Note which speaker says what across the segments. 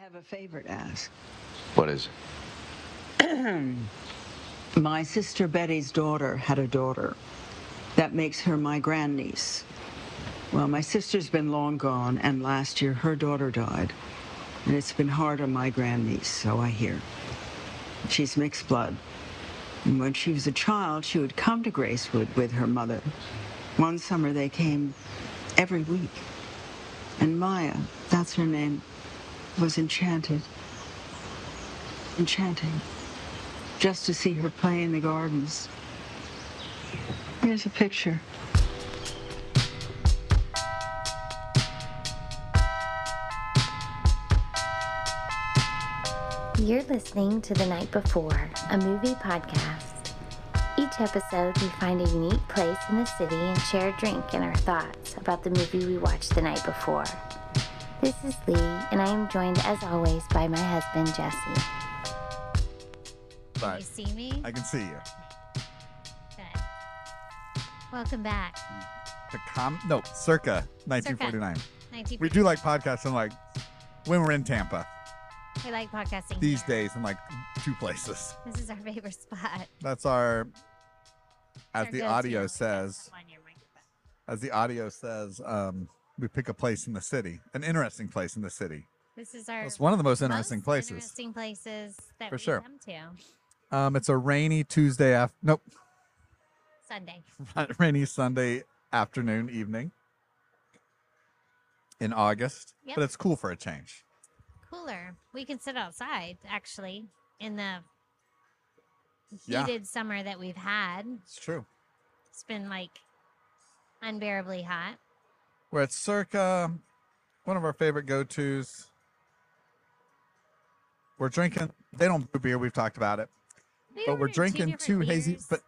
Speaker 1: have a favor to ask.
Speaker 2: What is?
Speaker 1: My sister Betty's daughter had a daughter. That makes her my grandniece. Well, my sister's been long gone, and last year her daughter died. And it's been hard on my grandniece, so I hear. She's mixed blood. And when she was a child, she would come to Gracewood with her mother. One summer they came every week. And Maya, that's her name, was enchanted. Enchanting. Just to see her play in the gardens. Here's a picture.
Speaker 3: You're listening to The Night Before, a movie podcast. Each episode, we find a unique place in the city and share a drink and our thoughts about the movie we watched the night before. This is Lee, and I am joined, as always, by my husband, Jesse.
Speaker 4: Sorry.
Speaker 5: You see me?
Speaker 4: I can see you.
Speaker 5: Okay. Welcome back.
Speaker 4: The com no, circa 1949.
Speaker 5: 19.
Speaker 4: We do like podcasts and like when we're in Tampa
Speaker 5: We like podcasting
Speaker 4: these
Speaker 5: here.
Speaker 4: days in like two places.
Speaker 5: This is our favorite spot.
Speaker 4: That's our as
Speaker 5: Our
Speaker 4: the
Speaker 5: go-to.
Speaker 4: audio says
Speaker 5: Come on, your microphone.
Speaker 4: as the audio says, um, we pick a place in the city, an interesting place in the city.
Speaker 5: This is our
Speaker 4: It's one of the most interesting
Speaker 5: most
Speaker 4: places.
Speaker 5: Interesting places that
Speaker 4: For
Speaker 5: we
Speaker 4: sure.
Speaker 5: come to.
Speaker 4: Um, it's a rainy Tuesday after nope,
Speaker 5: Sunday.
Speaker 4: rainy Sunday afternoon evening in August,
Speaker 5: Yep.
Speaker 4: but it's cool for a change.
Speaker 5: Cooler. We can sit outside actually in the
Speaker 4: Yeah.
Speaker 5: heated summer that we've had.
Speaker 4: It's true.
Speaker 5: It's been like unbearably hot.
Speaker 4: We're at Circa, one of our favorite go tos. We're drinking, they don't brew beer. We've talked about it.
Speaker 5: We
Speaker 4: But we're
Speaker 5: ordered
Speaker 4: drinking two
Speaker 5: different
Speaker 4: hazy,
Speaker 5: beers.
Speaker 4: but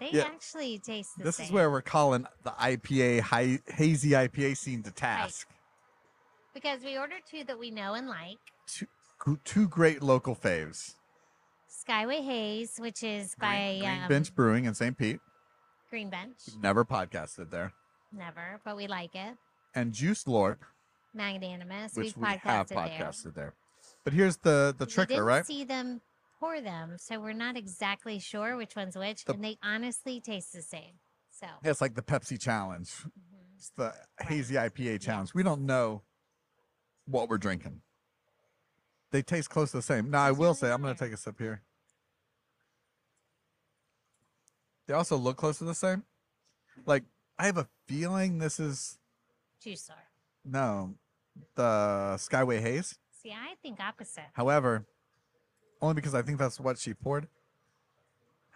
Speaker 5: they
Speaker 4: yeah.
Speaker 5: actually taste the
Speaker 4: this
Speaker 5: same.
Speaker 4: is where we're calling the IPA, high, hazy IPA scene to task.
Speaker 5: because we ordered two that we know and like.
Speaker 4: Gr- Two great local faves
Speaker 5: Skyway Haze, which is by
Speaker 4: Green, Green
Speaker 5: um,
Speaker 4: Bench Brewing in St. Pete.
Speaker 5: Green Bench.
Speaker 4: We've never podcasted there.
Speaker 5: Never, but we like it.
Speaker 4: And Juice Lord,
Speaker 5: Magnanimous.
Speaker 4: which
Speaker 5: We've
Speaker 4: we have
Speaker 5: podcasted, there.
Speaker 4: podcasted there. But here's the the
Speaker 5: we
Speaker 4: tricker,
Speaker 5: didn't
Speaker 4: right?
Speaker 5: see them pour them, so we're not exactly sure which one's which,
Speaker 4: The-
Speaker 5: and they honestly taste the same. So
Speaker 4: It's like the Pepsi challenge.
Speaker 5: mhm.
Speaker 4: It's the hazy IPA challenge. We don't know what we're drinking. They taste close to the same. Now I
Speaker 5: It's
Speaker 4: will
Speaker 5: really
Speaker 4: say I'm gonna
Speaker 5: nice.
Speaker 4: take a sip here. They also look close to the same. Like I have a feeling this is
Speaker 5: juice are.
Speaker 4: no the Skyway Haze.
Speaker 5: See, I think opposite.
Speaker 4: However, only because I think that's what she poured.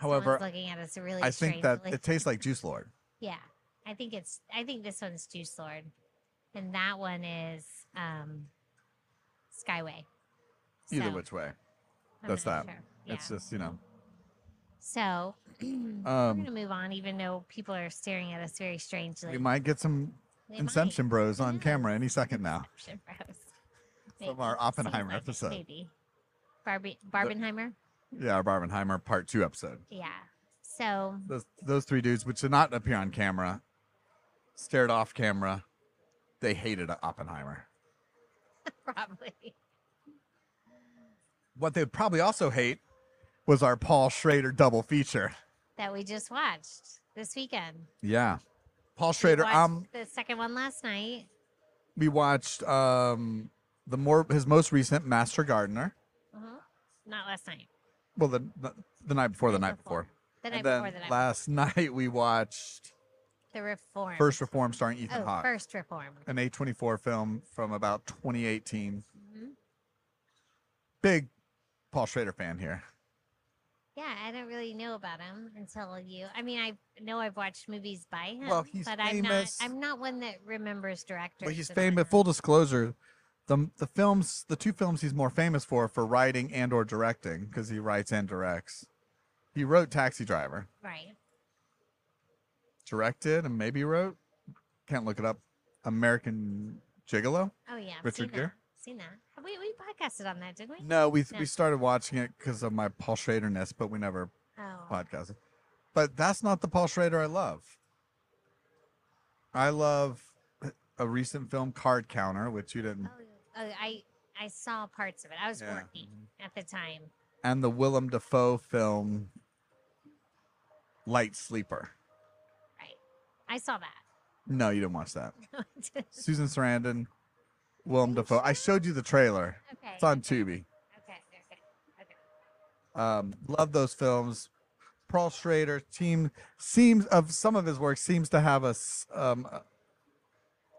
Speaker 5: Someone's
Speaker 4: However,
Speaker 5: looking at us really.
Speaker 4: I think that
Speaker 5: strangely.
Speaker 4: it tastes like Juice Lord.
Speaker 5: yeah, I think it's. I think this one's Juice Lord, and that one is um Skyway.
Speaker 4: Either
Speaker 5: So,
Speaker 4: which way,
Speaker 5: I'm
Speaker 4: that's
Speaker 5: not
Speaker 4: that.
Speaker 5: sure. Yeah.
Speaker 4: it's just you know.
Speaker 5: So we're
Speaker 4: Um,
Speaker 5: gonna move on, even though people are staring at us very strangely.
Speaker 4: we might get some
Speaker 5: They might.
Speaker 4: Inception Bros on
Speaker 5: Yeah.
Speaker 4: camera any second now.
Speaker 5: Inception Bros.
Speaker 4: From
Speaker 5: Maybe.
Speaker 4: our
Speaker 5: Seems
Speaker 4: Oppenheimer
Speaker 5: like it,
Speaker 4: episode.
Speaker 5: Maybe. Barbie Barbenheimer.
Speaker 4: Yeah, our Barbenheimer Part Two episode.
Speaker 5: Yeah. So
Speaker 4: Those those three dudes, which did not appear on camera, stared off camera. They hated Oppenheimer.
Speaker 5: probably.
Speaker 4: What they would probably also hate was our Paul Schrader double feature.
Speaker 5: That we just watched this weekend.
Speaker 4: Yeah, Paul
Speaker 5: We
Speaker 4: Schrader.
Speaker 5: watched
Speaker 4: Um,
Speaker 5: the second one last night.
Speaker 4: we watched um the more his most recent Master Gardener.
Speaker 5: Mhm. Not last night.
Speaker 4: Well, the the, the night before, the night before.
Speaker 5: The night
Speaker 4: and then
Speaker 5: before the night.
Speaker 4: last night we watched
Speaker 5: the reform.
Speaker 4: First Reform starring Ethan
Speaker 5: Oh,
Speaker 4: Hawke.
Speaker 5: first reform.
Speaker 4: an A24 film from about 2018.
Speaker 5: Mhm.
Speaker 4: Big Paul Schrader fan here.
Speaker 5: Yeah, I don't really know about him until you. I mean, I know I've watched movies by him,
Speaker 4: Well, he's
Speaker 5: but
Speaker 4: famous.
Speaker 5: I'm not. I'm not one that remembers directors.
Speaker 4: But he's
Speaker 5: and
Speaker 4: famous.
Speaker 5: whatnot.
Speaker 4: Full disclosure, the the films, the two films he's more famous for for writing and or directing because he writes and directs. He wrote Taxi Driver,
Speaker 5: Right.
Speaker 4: directed and maybe wrote. Can't look it up. American Gigolo.
Speaker 5: Oh yeah. I've
Speaker 4: Richard
Speaker 5: seen
Speaker 4: Gere?
Speaker 5: That. Seen that? Have We we podcasted on that, didn't we?
Speaker 4: No, we
Speaker 5: No.
Speaker 4: we started watching it because of my Paul Schraderness, but we never
Speaker 5: Oh.
Speaker 4: podcasting. But that's not the Paul Schrader I love. I love a recent film, Card Counter, which you didn't.
Speaker 5: oh, oh, I I saw parts of it. I was
Speaker 4: Yeah. Mm-hmm.
Speaker 5: working at the time.
Speaker 4: and the Willem Dafoe film Light Sleeper.
Speaker 5: Right. I saw that.
Speaker 4: No, you didn't watch that.
Speaker 5: okay.
Speaker 4: Susan Sarandon, Willem Dafoe. I showed you the trailer. It's on
Speaker 5: okay,
Speaker 4: Tubi.
Speaker 5: Okay. Okay. Okay.
Speaker 4: Um, love those films. Paul Schrader team seems of some of his work seems to have a s- um, a-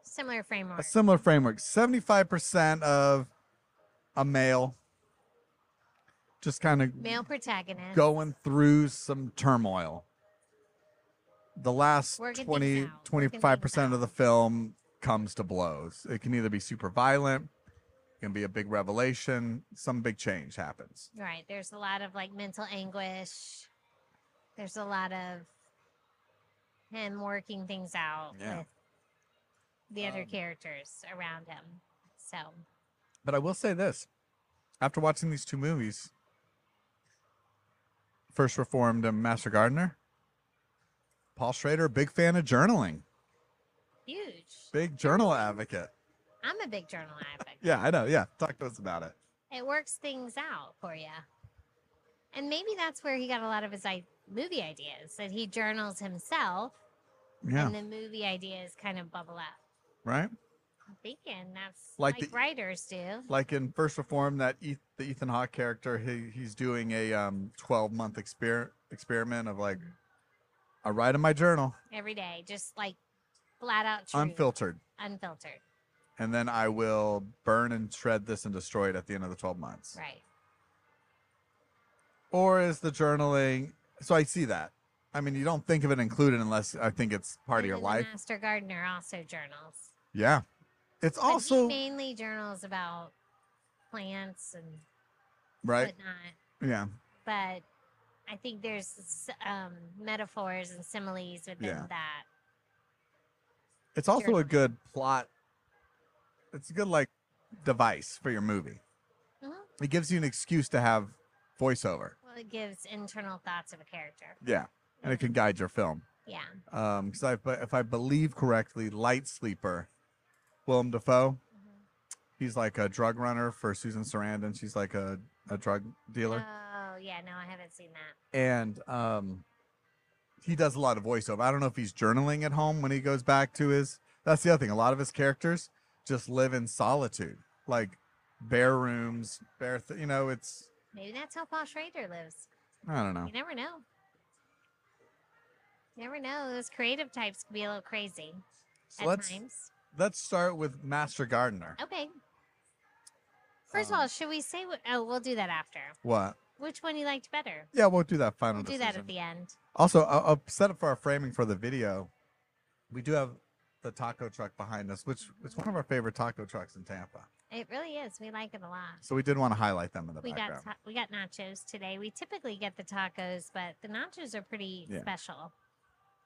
Speaker 5: Similar framework.
Speaker 4: a similar framework. Seventy five percent of a male, just kind of
Speaker 5: Male protagonist.
Speaker 4: going through some turmoil. The last
Speaker 5: Working things
Speaker 4: 20,
Speaker 5: out, working things
Speaker 4: 25%
Speaker 5: out.
Speaker 4: of the film comes to blows. It can either be super violent, it can be a big revelation, some big change happens.
Speaker 5: Right. There's a lot of like mental anguish. There's a lot of him working things out
Speaker 4: Yeah.
Speaker 5: with the other
Speaker 4: Um,
Speaker 5: characters around him. So
Speaker 4: But I will say this after watching these two movies, First Reformed and Master Gardener, Paul Schrader, big fan of journaling,
Speaker 5: huge.
Speaker 4: big journal advocate.
Speaker 5: I'm a big journal advocate.
Speaker 4: Yeah, I know. Yeah, talk to us about it.
Speaker 5: It works things out for you. And maybe that's where he got a lot of his I- movie ideas that he journals himself
Speaker 4: Yeah,
Speaker 5: and the movie ideas kind of bubble up.
Speaker 4: right.
Speaker 5: I'm thinking that's
Speaker 4: Like
Speaker 5: like,
Speaker 4: the-
Speaker 5: writers do.
Speaker 4: like in First Reform, that Eth- the Ethan Hawke character, he, he's doing a um twelve month exper- experiment of like, I write in my journal,
Speaker 5: every day, just like flat out truth,
Speaker 4: unfiltered,
Speaker 5: unfiltered,
Speaker 4: and then I will burn and shred this and destroy it at the end of the twelve months.
Speaker 5: right?
Speaker 4: Or is the journaling? So I see that. I mean, you don't think of it included unless I think it's part of your
Speaker 5: Even the
Speaker 4: life.
Speaker 5: Master gardener also journals.
Speaker 4: Yeah, it's
Speaker 5: but he
Speaker 4: also
Speaker 5: mainly journals about plants and
Speaker 4: right.
Speaker 5: whatnot.
Speaker 4: Yeah,
Speaker 5: But I think there's s- um, metaphors and similes within
Speaker 4: Yeah.
Speaker 5: that.
Speaker 4: it's also a
Speaker 5: Journaling.
Speaker 4: good plot. It's a good like device for your movie.
Speaker 5: Mhm.
Speaker 4: It gives you an excuse to have voiceover.
Speaker 5: Well, it gives internal thoughts of a character.
Speaker 4: Yeah, and it can guide your film.
Speaker 5: Yeah,
Speaker 4: Um, because I, but if I believe correctly, Light Sleeper, Willem Dafoe,
Speaker 5: Mhm.
Speaker 4: he's like a drug runner for Susan Sarandon. She's like a, a drug dealer,
Speaker 5: Oh yeah, no, I haven't seen that.
Speaker 4: and um, he does a lot of voiceover. I don't know if he's journaling at home when he goes back to his. That's the other thing. A lot of his characters just live in solitude, like bare rooms, bare. Th- you know, it's
Speaker 5: Maybe that's how Paul Schrader lives.
Speaker 4: I don't know.
Speaker 5: You never know. Never know. Those creative types can be a little crazy
Speaker 4: So
Speaker 5: at
Speaker 4: let's
Speaker 5: times. Oh.
Speaker 4: let's start with Master Gardener.
Speaker 5: Okay. First
Speaker 4: Um,
Speaker 5: of all, should we say? What, oh, we'll do that after.
Speaker 4: What?
Speaker 5: Which one you liked better?
Speaker 4: Yeah, we'll do that final
Speaker 5: We'll do that
Speaker 4: decision.
Speaker 5: at the end.
Speaker 4: Also, I'll, I'll set up for our framing for the video. We do have the taco truck behind us, which is one of our favorite taco trucks in Tampa.
Speaker 5: It really is. We like it a lot.
Speaker 4: So we did want to highlight them in the
Speaker 5: We got
Speaker 4: background.
Speaker 5: ta- we got nachos today. We typically get the tacos, but the nachos are pretty
Speaker 4: Yeah.
Speaker 5: special.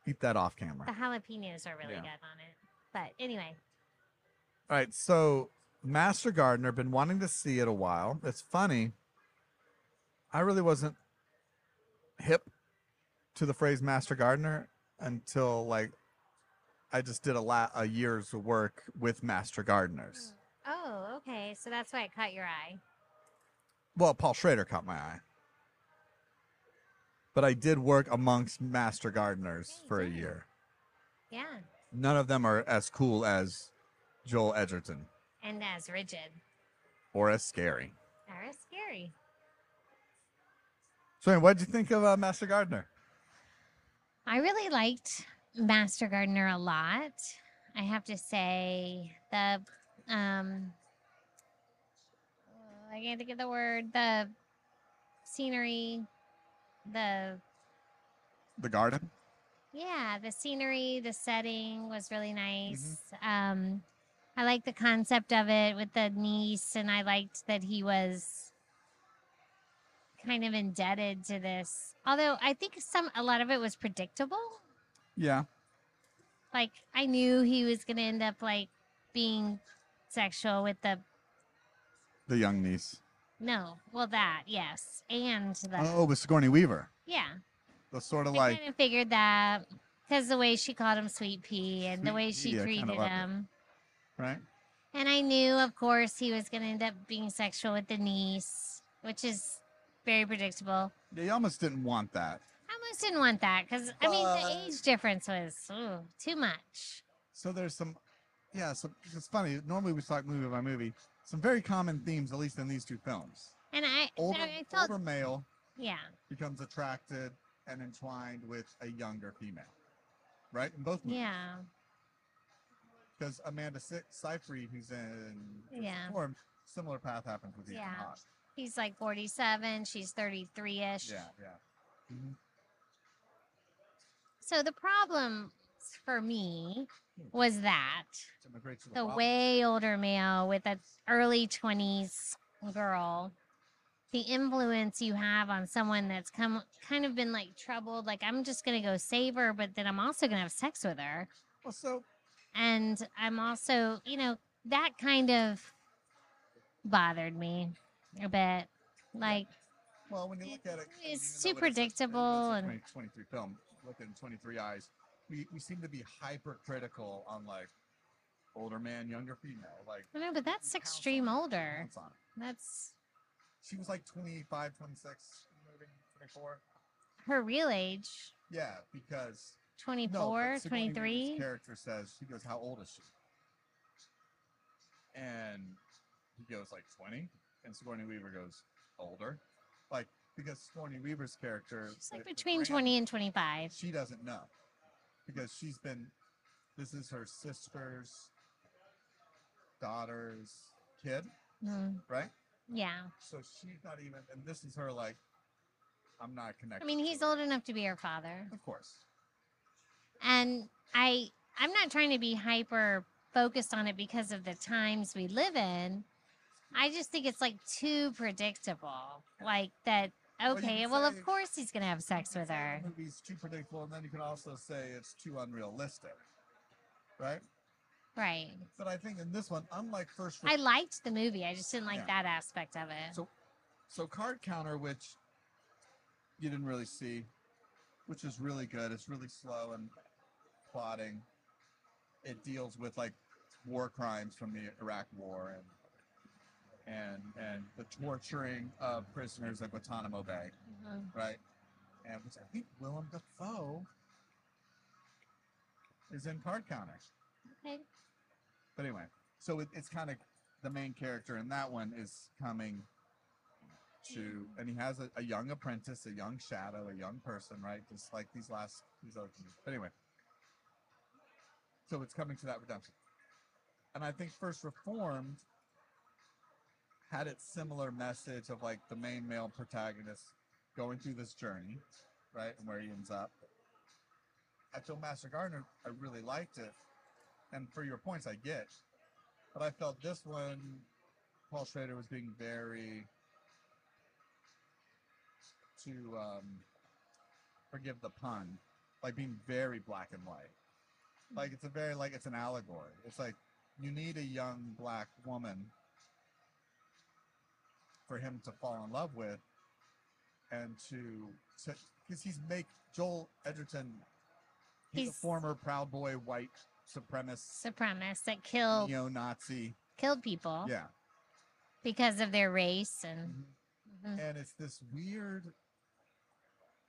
Speaker 4: Eat that off
Speaker 5: The
Speaker 4: camera.
Speaker 5: jalapenos are really
Speaker 4: Yeah.
Speaker 5: good on it. But anyway,
Speaker 4: All right. So Master Gardener, been wanting to see it a while. It's funny. I really wasn't hip to the phrase Master Gardener until like I just did a la- a year's work with Master Gardeners.
Speaker 5: oh okay, so that's why it caught your eye.
Speaker 4: Well, Paul Schrader caught my eye. But I did work amongst master gardeners
Speaker 5: Yeah, you
Speaker 4: for a
Speaker 5: did.
Speaker 4: year.
Speaker 5: Yeah,
Speaker 4: None of them are as cool as Joel Edgerton
Speaker 5: and as rigid
Speaker 4: or as scary.
Speaker 5: or as scary.
Speaker 4: So, anyway, what did you think of uh, Master Gardener?
Speaker 5: I really liked Master Gardener a lot. I have to say the um uh, I can't think of the word, the scenery, the
Speaker 4: The garden?
Speaker 5: yeah, the scenery, the setting was really
Speaker 4: Mm-hmm.
Speaker 5: nice. Um I liked the concept of it with the niece and I liked that he was kind of indebted to this. Although I think some a lot of it was predictable.
Speaker 4: Yeah.
Speaker 5: like I knew he was gonna end up like being sexual with the
Speaker 4: The young niece.
Speaker 5: no, well that yes, and the
Speaker 4: Oh, with Sigourney Weaver.
Speaker 5: yeah,
Speaker 4: The sort of
Speaker 5: I
Speaker 4: like,
Speaker 5: kind of figured that because the way she called him Sweet Pea and
Speaker 4: Sweet
Speaker 5: the way
Speaker 4: Pea,
Speaker 5: she
Speaker 4: I kinda
Speaker 5: treated
Speaker 4: loved it.
Speaker 5: him,
Speaker 4: right?
Speaker 5: And I knew, of course, he was going to end up being sexual with the niece, which is very predictable.
Speaker 4: They almost didn't want that.
Speaker 5: I almost didn't want that because, I mean,
Speaker 4: But-
Speaker 5: the age difference was ooh, too much.
Speaker 4: So there's some, yeah. So it's funny. Normally we talk movie by movie. Some very common themes, at least in these two films.
Speaker 5: And I,
Speaker 4: Older,
Speaker 5: I felt,
Speaker 4: older male
Speaker 5: yeah,
Speaker 4: becomes attracted and entwined with a younger female, right? In both movies.
Speaker 5: yeah.
Speaker 4: Because Amanda Se- Seyfried, who's in
Speaker 5: Yeah.
Speaker 4: Form, similar path happens with Ethan
Speaker 5: Yeah.
Speaker 4: Hawke.
Speaker 5: He's like 47, she's 33 ish.
Speaker 4: Yeah, yeah.
Speaker 5: So the problem for me
Speaker 4: Hmm.
Speaker 5: was that
Speaker 4: Some great sort of
Speaker 5: the
Speaker 4: pop-
Speaker 5: way older male with an early 20s girl the influence you have on someone that's come kind of been like troubled like i'm just gonna go save her but then i'm also gonna have sex with her
Speaker 4: Well, so
Speaker 5: and i'm also you know that kind of bothered me a bit like
Speaker 4: Well, when you look at it,
Speaker 5: It's too predictable and-
Speaker 4: twenty-three film. Look at twenty-three eyes. We, we seem to be hypercritical on like older man, younger female. Like
Speaker 5: i don't know but that's
Speaker 4: pounce on
Speaker 5: extreme
Speaker 4: it,
Speaker 5: older
Speaker 4: pounce on it.
Speaker 5: that's
Speaker 4: She was like 25, 26, maybe 24.
Speaker 5: her real age
Speaker 4: Yeah, because
Speaker 5: 24
Speaker 4: but Sigourney Weaver's
Speaker 5: 23
Speaker 4: Character says she goes, "How old is she?" And he goes like twenty, and Sigourney Weaver goes older, like because Sigourney Weaver's character
Speaker 5: she's like
Speaker 4: the- the
Speaker 5: between
Speaker 4: grand-
Speaker 5: 20 and 25
Speaker 4: she doesn't know because she's been this is her sister's daughter's kid
Speaker 5: Mm,
Speaker 4: right
Speaker 5: yeah
Speaker 4: so she's not even and this is her like i'm not connected
Speaker 5: I mean,
Speaker 4: to
Speaker 5: he's
Speaker 4: her."
Speaker 5: old enough to be her father.
Speaker 4: of course
Speaker 5: And I I'm not trying to be hyper focused on it because of the times we live in. I just think it's like too predictable. Like that
Speaker 4: you
Speaker 5: okay,
Speaker 4: could
Speaker 5: well
Speaker 4: say-
Speaker 5: of course he's going to have sex
Speaker 4: You
Speaker 5: with
Speaker 4: could say
Speaker 5: her.
Speaker 4: the movie's too predictable and then you can also say it's too unrealistic right
Speaker 5: Right.
Speaker 4: but i think in this one unlike first
Speaker 5: I liked the movie. I just didn't like
Speaker 4: Yeah.
Speaker 5: that aspect of it.
Speaker 4: So- So card counter, which you didn't really see, which is really good. It's really slow and plotting. It deals with like war crimes from the Iraq War and and and the torturing of prisoners at Guantanamo Bay,
Speaker 5: Mhm.
Speaker 4: right? And which I think Willem Dafoe is in card counter.
Speaker 5: Okay.
Speaker 4: But anyway, so it, it's kind of the main character in that one is coming to, and he has a, a young apprentice, a young shadow, a young person, right? Just like these last, these other. Things. But anyway, so it's coming to that redemption, and I think First Reformed had its similar message of like the main male protagonist going through this journey, right, and where he ends up. I told Master Gardener I really liked it and for your points, I get. But I felt this one, Paul Schrader was being very to um, forgive the pun, like being very black and white. Like it's a very like it's an allegory. It's like you need a young black woman for him to fall in love with, and to because he's make Joel Edgerton. He's,
Speaker 5: He's-
Speaker 4: a former Proud Boy white supremacist
Speaker 5: Supremacists that kill
Speaker 4: neo-Nazi.
Speaker 5: killed people
Speaker 4: Yeah,
Speaker 5: because of their race and
Speaker 4: Mhm.
Speaker 5: Mhm.
Speaker 4: and it's this weird,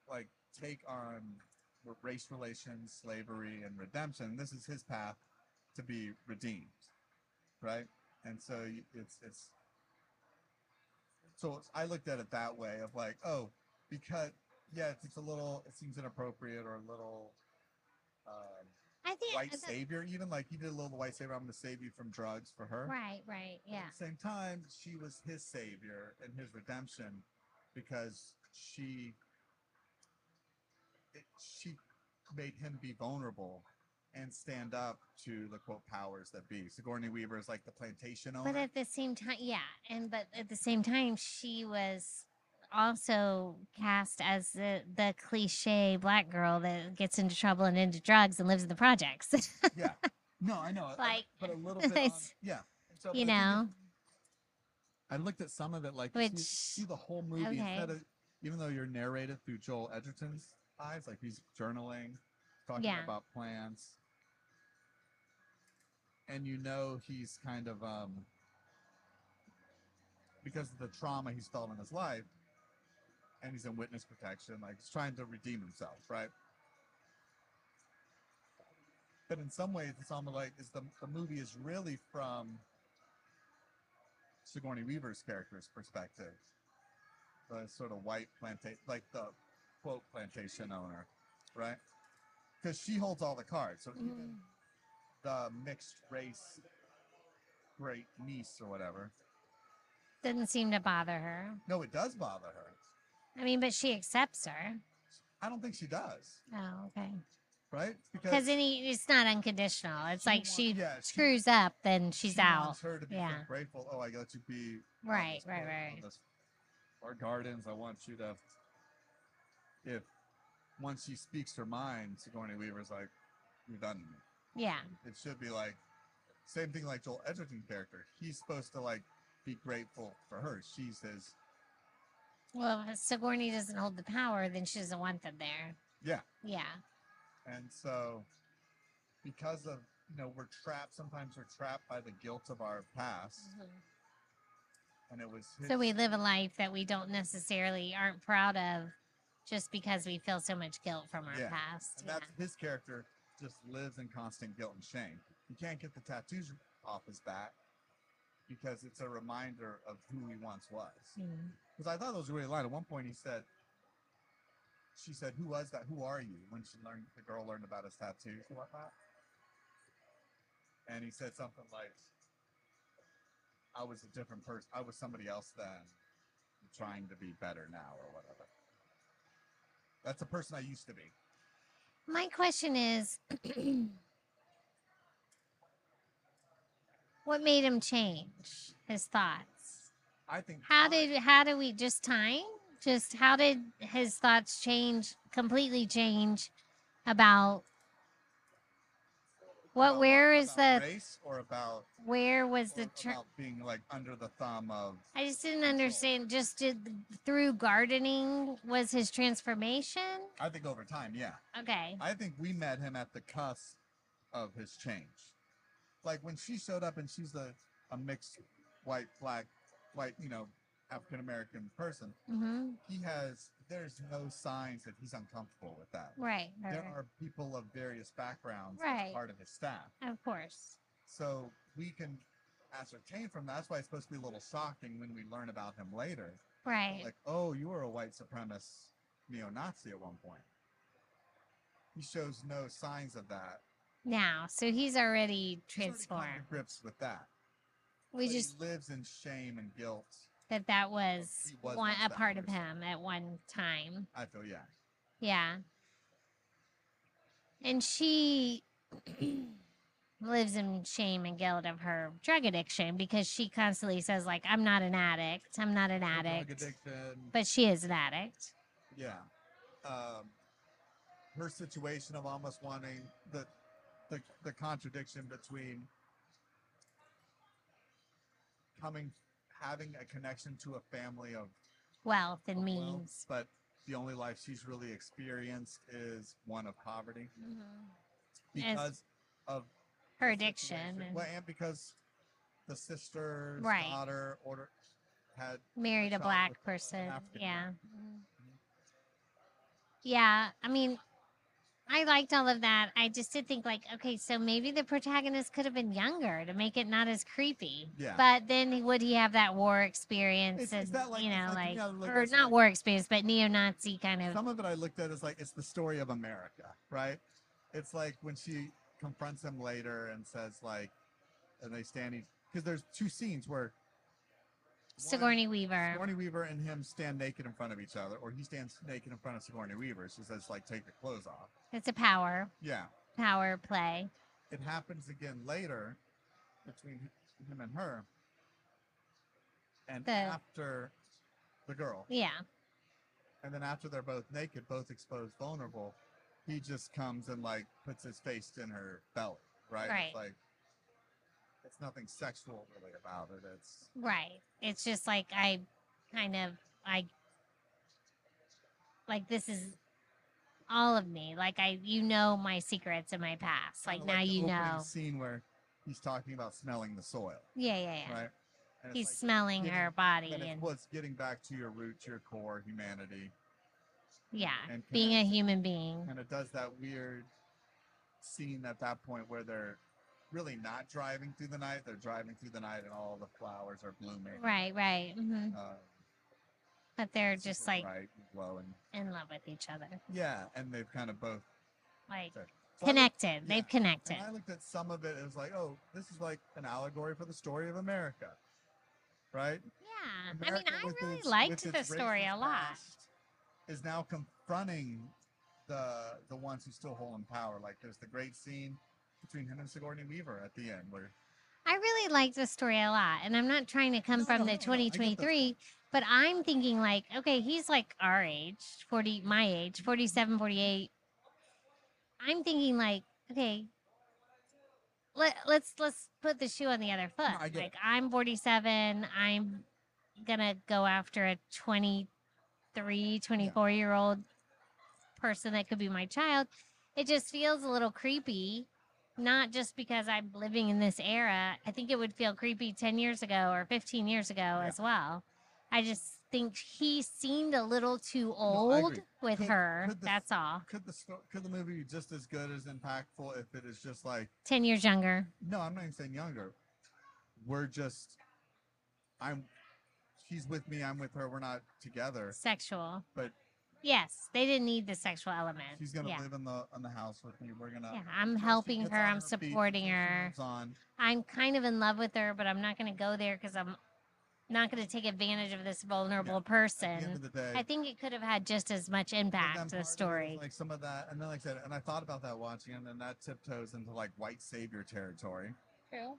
Speaker 4: like take on r- race relations, slavery, and redemption. This is his path to be redeemed, right? And so y- it's it's. So it's- I looked at it that way of like, oh, because yeah, it's, it's a little, it seems inappropriate or a little. Um,
Speaker 5: I think
Speaker 4: white
Speaker 5: that-
Speaker 4: savior, even like he did a little white savior. I'm going to save you from drugs for her.
Speaker 5: right, right.
Speaker 4: But
Speaker 5: Yeah.
Speaker 4: At the same time, she was his savior and his redemption because she it, she made him be vulnerable and stand up to the quote powers that be. Sigourney Weaver is like the plantation owner.
Speaker 5: But at the same time, yeah, and but at the same time, she was also cast as the the cliche black girl that gets into trouble and into drugs and lives in the projects.
Speaker 4: yeah. No, I know. I-
Speaker 5: Like,
Speaker 4: but a little bit. On,
Speaker 5: it's-
Speaker 4: yeah. And so, but
Speaker 5: you
Speaker 4: the thing is,
Speaker 5: know,
Speaker 4: I looked at some of it like you see, see
Speaker 5: Which-
Speaker 4: the whole movie instead
Speaker 5: okay.
Speaker 4: of even though you're narrated through Joel Edgerton's eyes, like he's journaling, talking
Speaker 5: Yeah.
Speaker 4: about plans. and you know he's kind of um because of the trauma he's felt in his life and he's in witness protection like he's trying to redeem himself right but in some ways it's almost like is the, the movie is really from sigourney weaver's character's perspective the sort of white plantation like the quote plantation owner right because she holds all the cards so even
Speaker 5: Mm.
Speaker 4: the mixed race great niece or whatever.
Speaker 5: Doesn't seem to bother her.
Speaker 4: No, it does bother her.
Speaker 5: I mean, but she accepts her.
Speaker 4: I don't think she does,
Speaker 5: Oh, okay.
Speaker 4: right?
Speaker 5: Because any, it's not unconditional. It's
Speaker 4: She
Speaker 5: like
Speaker 4: wants-
Speaker 5: she
Speaker 4: yeah, she-
Speaker 5: screws up, then she's
Speaker 4: she
Speaker 5: out.
Speaker 4: wants her to be
Speaker 5: Yeah.
Speaker 4: grateful. Oh, I got you be on
Speaker 5: Right,
Speaker 4: this
Speaker 5: right,
Speaker 4: plant, on
Speaker 5: right.
Speaker 4: this- Our gardens. I want you to. If once she speaks her mind, Sigourney Weaver's like, "You're done." with me."
Speaker 5: Yeah.
Speaker 4: It should be like same thing like Joel Edgerton's character. He's supposed to like be grateful for her. She's his
Speaker 5: Well, if Sigourney doesn't hold the power, then she doesn't want them there.
Speaker 4: yeah.
Speaker 5: Yeah.
Speaker 4: And so, because of you know, we're trapped. Sometimes we're trapped by the guilt of our past,
Speaker 5: Mm-hmm.
Speaker 4: and it was his,
Speaker 5: So we live a life that we don't necessarily aren't proud of just because we feel so much guilt from our
Speaker 4: Yeah.
Speaker 5: past.
Speaker 4: and that's his character just lives in constant guilt and shame. You can't get the tattoos off his back because it's a reminder of who he once was.
Speaker 5: Yeah. Mm.
Speaker 4: Because I thought that was a great line. At one point, he said, "She said, who was that? Who are you?" When she learned, the girl learned about his tattoos and whatnot. And he said something like, "I was a different person. I was somebody else then. I'm trying to be better now, or whatever." That's the person I used to be.
Speaker 5: My question is what made him change his thoughts?
Speaker 4: I think.
Speaker 5: How
Speaker 4: time-
Speaker 5: did how do we just time? Just how did his thoughts change completely change about what
Speaker 4: about-
Speaker 5: where is
Speaker 4: about
Speaker 5: the
Speaker 4: race or about
Speaker 5: where was the
Speaker 4: or
Speaker 5: turn
Speaker 4: about being like under the thumb of?
Speaker 5: I just didn't
Speaker 4: control.
Speaker 5: understand. Just did through gardening was his transformation.
Speaker 4: I think over time, yeah.
Speaker 5: Okay.
Speaker 4: I think we met him at the cusp of his change. Like when she showed up and she's a, a mixed white, black, white, you know, African American person,
Speaker 5: hmm
Speaker 4: he has, there's no signs that he's uncomfortable with that.
Speaker 5: Right. right,
Speaker 4: There
Speaker 5: right.
Speaker 4: are people of various backgrounds
Speaker 5: Right.
Speaker 4: as part of his staff.
Speaker 5: Of course.
Speaker 4: So we can ascertain from that. That's why it's supposed to be a little shocking when we learn about him later.
Speaker 5: Right.
Speaker 4: Like, oh, you were a white supremacist neo Nazi at one point. He shows no signs of that.
Speaker 5: now, so he's already
Speaker 4: He's already come
Speaker 5: transformed.
Speaker 4: to grips with that.
Speaker 5: We
Speaker 4: But he
Speaker 5: just
Speaker 4: lives in shame and guilt.
Speaker 5: that that was,
Speaker 4: He was
Speaker 5: one,
Speaker 4: once
Speaker 5: a
Speaker 4: that
Speaker 5: part of
Speaker 4: person.
Speaker 5: him at one time.
Speaker 4: I feel yeah.
Speaker 5: Yeah. And she lives in shame and guilt of her drug addiction because she constantly says like, "I'm not an addict. I'm not an
Speaker 4: Drug
Speaker 5: addict."
Speaker 4: addiction.
Speaker 5: But she is an addict.
Speaker 4: yeah. Um, her situation of almost wanting the the the contradiction between coming having a connection to a family of
Speaker 5: wealth and
Speaker 4: of wealth,
Speaker 5: means.
Speaker 4: but the only life she's really experienced is one of poverty because of
Speaker 5: Her
Speaker 4: the
Speaker 5: addiction
Speaker 4: situation.
Speaker 5: and
Speaker 4: Well, and because the sister's
Speaker 5: Right.
Speaker 4: daughter order had
Speaker 5: married a
Speaker 4: child
Speaker 5: black
Speaker 4: with an
Speaker 5: person.
Speaker 4: African
Speaker 5: Yeah. Mm-hmm.
Speaker 4: man.
Speaker 5: Yeah. I mean, I liked all of that. I just did think, like, okay, so maybe the protagonist could have been younger to make it not as creepy.
Speaker 4: Yeah.
Speaker 5: But then would he have that war experience
Speaker 4: It's-
Speaker 5: and,
Speaker 4: is that like-
Speaker 5: you
Speaker 4: it's
Speaker 5: know,
Speaker 4: like,
Speaker 5: like,
Speaker 4: you gotta look at
Speaker 5: or
Speaker 4: it
Speaker 5: not
Speaker 4: like-
Speaker 5: war experience, but neo Nazi kind of.
Speaker 4: some of it I looked at as like it's the story of America, right? It's like when she confronts him later and says like, and they stand because there's two scenes where one-
Speaker 5: Sigourney Weaver.
Speaker 4: Sigourney Weaver and him stand naked in front of each other, or he stands naked in front of Sigourney Weaver. She says like, take your clothes off.
Speaker 5: It's a power,
Speaker 4: Yeah,
Speaker 5: power play.
Speaker 4: it happens again later between him and her, and
Speaker 5: The-
Speaker 4: after the girl.
Speaker 5: Yeah.
Speaker 4: And then after they're both naked, both exposed, vulnerable, he just comes and like puts his face in her belly, right?
Speaker 5: Right.
Speaker 4: It's like it's nothing sexual really about it. It's
Speaker 5: Right. It's just like I kind of I like this is all of me. Like I you know my secrets in my past. Like
Speaker 4: kinda
Speaker 5: now
Speaker 4: the
Speaker 5: you
Speaker 4: opening
Speaker 5: know.
Speaker 4: scene where he's talking about smelling the soil,
Speaker 5: Yeah, yeah, yeah.
Speaker 4: right? And it's
Speaker 5: He's
Speaker 4: like,
Speaker 5: smelling
Speaker 4: getting-
Speaker 5: her body
Speaker 4: and it's
Speaker 5: and
Speaker 4: what's getting back to your root, to your core, humanity,
Speaker 5: yeah,
Speaker 4: and
Speaker 5: being a
Speaker 4: connect.
Speaker 5: human being.
Speaker 4: and it does that weird scene at that point where they're really not driving through the night; they're driving through the night, and all the flowers are blooming.
Speaker 5: Right, right. hmm
Speaker 4: Uh,
Speaker 5: But they're just
Speaker 4: super
Speaker 5: like
Speaker 4: bright and glowing.
Speaker 5: in love with each other,
Speaker 4: Yeah, and they've kind of both
Speaker 5: like
Speaker 4: So I looked-
Speaker 5: connected.
Speaker 4: yeah,
Speaker 5: They've connected.
Speaker 4: And I looked at some of it. It was like, oh, this is like an allegory for the story of America, right?
Speaker 5: Yeah,
Speaker 4: America
Speaker 5: I mean,
Speaker 4: with
Speaker 5: I really
Speaker 4: its-
Speaker 5: liked
Speaker 4: with
Speaker 5: the
Speaker 4: its
Speaker 5: story a
Speaker 4: racist
Speaker 5: lot.
Speaker 4: past Is now confronting the the ones who still hold power. Like there's the great scene between him and Sigourney Weaver at the end, where
Speaker 5: I really liked the story a lot, and I'm not trying to come
Speaker 4: No,
Speaker 5: from
Speaker 4: no,
Speaker 5: the
Speaker 4: no, no, I get that.
Speaker 5: 2023, but I'm thinking like, okay, he's like our age, 40, my age, 47, 48. I'm thinking like, okay, let let's let's put the shoe on the other foot.
Speaker 4: I get it.
Speaker 5: like I'm 47, I'm gonna go after a 23, 24 year old person that could be my child. It just feels a little creepy not just because I'm living in this era. I think it would feel creepy 10 years ago or 15 years ago as well. I just think he seemed a little too old
Speaker 4: agree.
Speaker 5: with
Speaker 4: Could-
Speaker 5: her.
Speaker 4: could the-
Speaker 5: That's all.
Speaker 4: could the sto- could the movie be just as good as impactful if it is just like,
Speaker 5: 10 years younger.
Speaker 4: no, I'm not even saying younger. We're just, I'm, she's with me, I'm with her. We're not together.
Speaker 5: Sexual.
Speaker 4: But-
Speaker 5: yes, they didn't need the sexual element.
Speaker 4: She's gonna
Speaker 5: yeah.
Speaker 4: live in the in the house with me. We're gonna.
Speaker 5: Yeah,
Speaker 4: until
Speaker 5: I'm
Speaker 4: she
Speaker 5: helping
Speaker 4: gets
Speaker 5: her,
Speaker 4: on
Speaker 5: I'm
Speaker 4: feet,
Speaker 5: supporting
Speaker 4: until she
Speaker 5: her.
Speaker 4: moves on.
Speaker 5: I'm kind of in love with her, but I'm not going to go there because I'm not going to take advantage of this vulnerable
Speaker 4: At the end
Speaker 5: person.
Speaker 4: of the day.
Speaker 5: I think it could have had just as
Speaker 4: but
Speaker 5: much
Speaker 4: then
Speaker 5: impact,
Speaker 4: part of it
Speaker 5: the
Speaker 4: is,
Speaker 5: story.
Speaker 4: Like some of that, and then like I said, and I thought about that watching, it, and then that tiptoes into like white savior territory.
Speaker 5: True.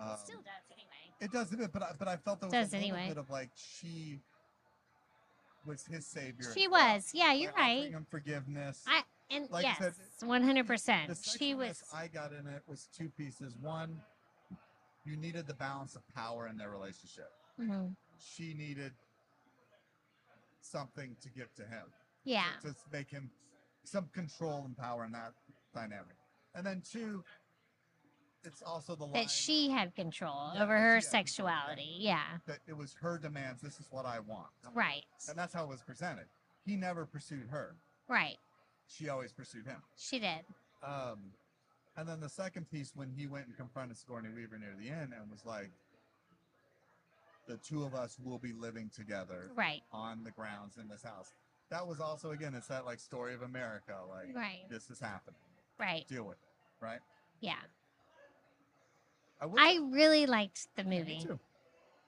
Speaker 4: Um,
Speaker 5: it still does anyway.
Speaker 4: it does a bit, but I, but I felt there was
Speaker 5: Does
Speaker 4: a little
Speaker 5: anyway.
Speaker 4: bit of like she was his savior.
Speaker 5: She
Speaker 4: as well.
Speaker 5: was. Yeah,
Speaker 4: By
Speaker 5: you're
Speaker 4: offering
Speaker 5: right.
Speaker 4: Him forgiveness.
Speaker 5: I- And
Speaker 4: Like I
Speaker 5: yes,
Speaker 4: said,
Speaker 5: one hundred
Speaker 4: the
Speaker 5: percent. She
Speaker 4: sexiness
Speaker 5: was.
Speaker 4: I got in it was two pieces. One, you needed the balance of power in their relationship.
Speaker 5: Mhm.
Speaker 4: she needed something to give to him
Speaker 5: Yeah,
Speaker 4: to s- make him some control and power in that dynamic and then two it's also the line
Speaker 5: that she had control
Speaker 4: Yeah,
Speaker 5: over
Speaker 4: that
Speaker 5: her
Speaker 4: she had control, yeah.
Speaker 5: sexuality. Yeah,
Speaker 4: that it was her demands this is what i want
Speaker 5: right,
Speaker 4: and that's how it was presented he never pursued her
Speaker 5: right.
Speaker 4: she always pursued him
Speaker 5: She did.
Speaker 4: um and then the second piece when he went and confronted Sigourney Weaver near the end and was like the two of us will be living together
Speaker 5: Right,
Speaker 4: on the grounds in this house. That was also again, it's that like story of America, like
Speaker 5: right,
Speaker 4: this is happening,
Speaker 5: right.
Speaker 4: deal with it, right?
Speaker 5: Yeah,
Speaker 4: will-
Speaker 5: I really liked the
Speaker 4: Me
Speaker 5: movie.
Speaker 4: too.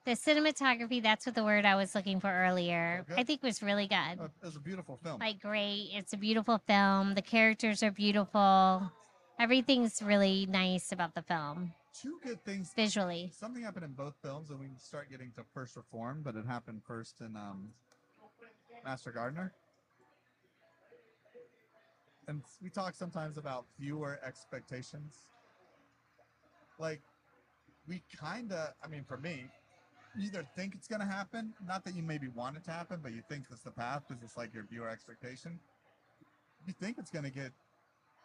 Speaker 5: The cinematography. That's what the word I was looking for earlier.
Speaker 4: good.
Speaker 5: I think was really good.
Speaker 4: Uh, It was a beautiful film.
Speaker 5: like great. It's a beautiful film. The characters are beautiful. Everything's really nice about the film
Speaker 4: Two good things.
Speaker 5: visually.
Speaker 4: Something happened in both films, and we can start getting to first reform, but it happened first in um, Master Gardener. And s- we talk sometimes about viewer expectations. Like, we kind of, I mean, for me, you either think it's going to happen, not that you maybe want it to happen, but you think that's the path because it's like your viewer expectation. You think it's going to get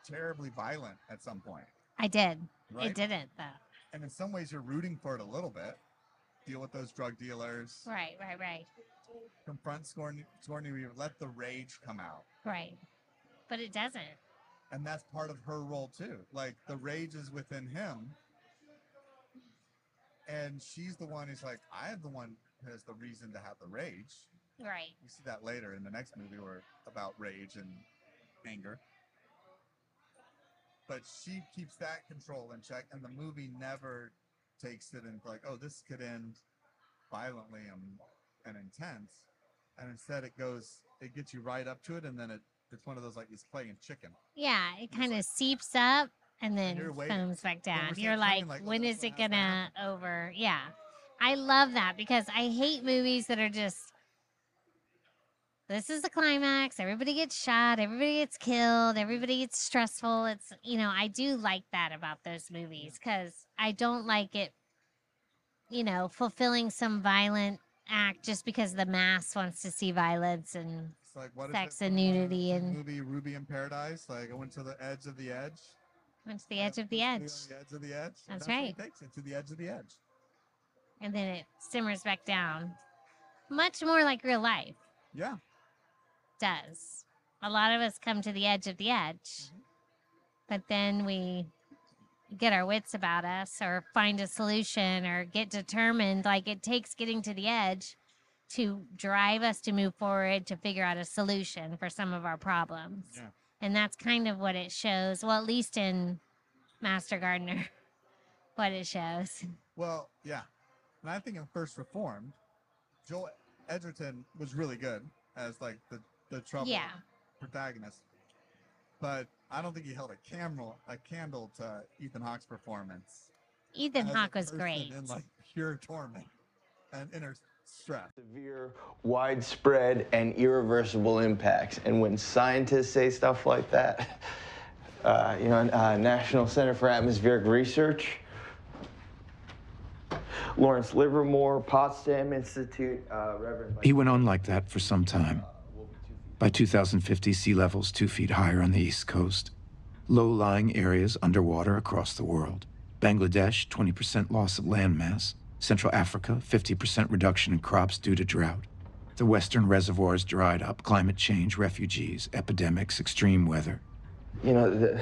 Speaker 4: terribly violent at some point,
Speaker 5: I did.
Speaker 4: right?
Speaker 5: It didn't though.
Speaker 4: and in some ways you're rooting for it a little bit. Deal with those drug dealers.
Speaker 5: Right, right, right.
Speaker 4: Confront Sigourney, Sigourney Weaver. Let the rage come out,
Speaker 5: Right. But it doesn't.
Speaker 4: and that's part of her role too. Like the rage is within him, and she's the one who's like, "I am the one who has the reason to have the rage."
Speaker 5: Right.
Speaker 4: We see that later in the next movie, where about rage and anger. But she keeps that control in check, and the movie never takes it and like, oh, this could end violently and, and intense, and instead it goes, it gets you right up to it, and then it it's one of those like it's playing chicken.
Speaker 5: Yeah, it
Speaker 4: It's
Speaker 5: kind
Speaker 4: like-
Speaker 5: of seeps up and then
Speaker 4: you're waiting.
Speaker 5: comes back
Speaker 4: we're
Speaker 5: down.
Speaker 4: sitting
Speaker 5: You're
Speaker 4: thinking, like,
Speaker 5: like,
Speaker 4: oh,
Speaker 5: when
Speaker 4: this
Speaker 5: is
Speaker 4: one
Speaker 5: it
Speaker 4: has to
Speaker 5: gonna
Speaker 4: happen."
Speaker 5: over? Yeah. I love that because I hate movies that are just this is the climax. Everybody gets shot. Everybody gets killed. Everybody gets stressful. It's, you know, I do like that about those movies because I don't like it, you know, fulfilling some violent act just because the mass wants to see violence and
Speaker 4: It's like what is
Speaker 5: Sex
Speaker 4: it
Speaker 5: and
Speaker 4: from the-
Speaker 5: nudity
Speaker 4: the
Speaker 5: and-
Speaker 4: movie Ruby in Paradise? Like I went to the edge of the edge.
Speaker 5: Went to the edge of the
Speaker 4: Basically on
Speaker 5: edge,
Speaker 4: The edge of the edge.
Speaker 5: That's
Speaker 4: where it
Speaker 5: right.
Speaker 4: takes it to the edge of the edge.
Speaker 5: and then it simmers back down. Much more like real life
Speaker 4: Yeah.
Speaker 5: does. A lot of us come to the edge of the edge,
Speaker 4: Mhm.
Speaker 5: but then we get our wits about us or find a solution or get determined. Like it takes getting to the edge to drive us to move forward to figure out a solution for some of our problems.
Speaker 4: Yeah.
Speaker 5: And that's kind of what it shows. Well, at least in Master Gardener, what it shows.
Speaker 4: Well, yeah. And I think in First Reformed, Joel Edgerton was really good as like the, the trouble
Speaker 5: Yeah.
Speaker 4: protagonist. But I don't think he held a camera a candle to Ethan Hawke's performance.
Speaker 5: Ethan
Speaker 4: as a
Speaker 5: Hawke was
Speaker 4: person
Speaker 5: great.
Speaker 4: In like pure torment and inner stress.
Speaker 6: severe, widespread, and irreversible impacts. And when scientists say stuff like that, uh, you know, uh, National Center for Atmospheric Research, Lawrence Livermore, Potsdam Institute, uh, Reverend.
Speaker 7: He went on like that for some time. By 2050, sea levels two feet higher on the east coast. Low lying areas underwater across the world. Bangladesh, 20% loss of landmass. Central Africa, 50% reduction in crops due to drought. The western reservoirs dried up, climate change, refugees, epidemics, extreme weather.
Speaker 6: You know, the,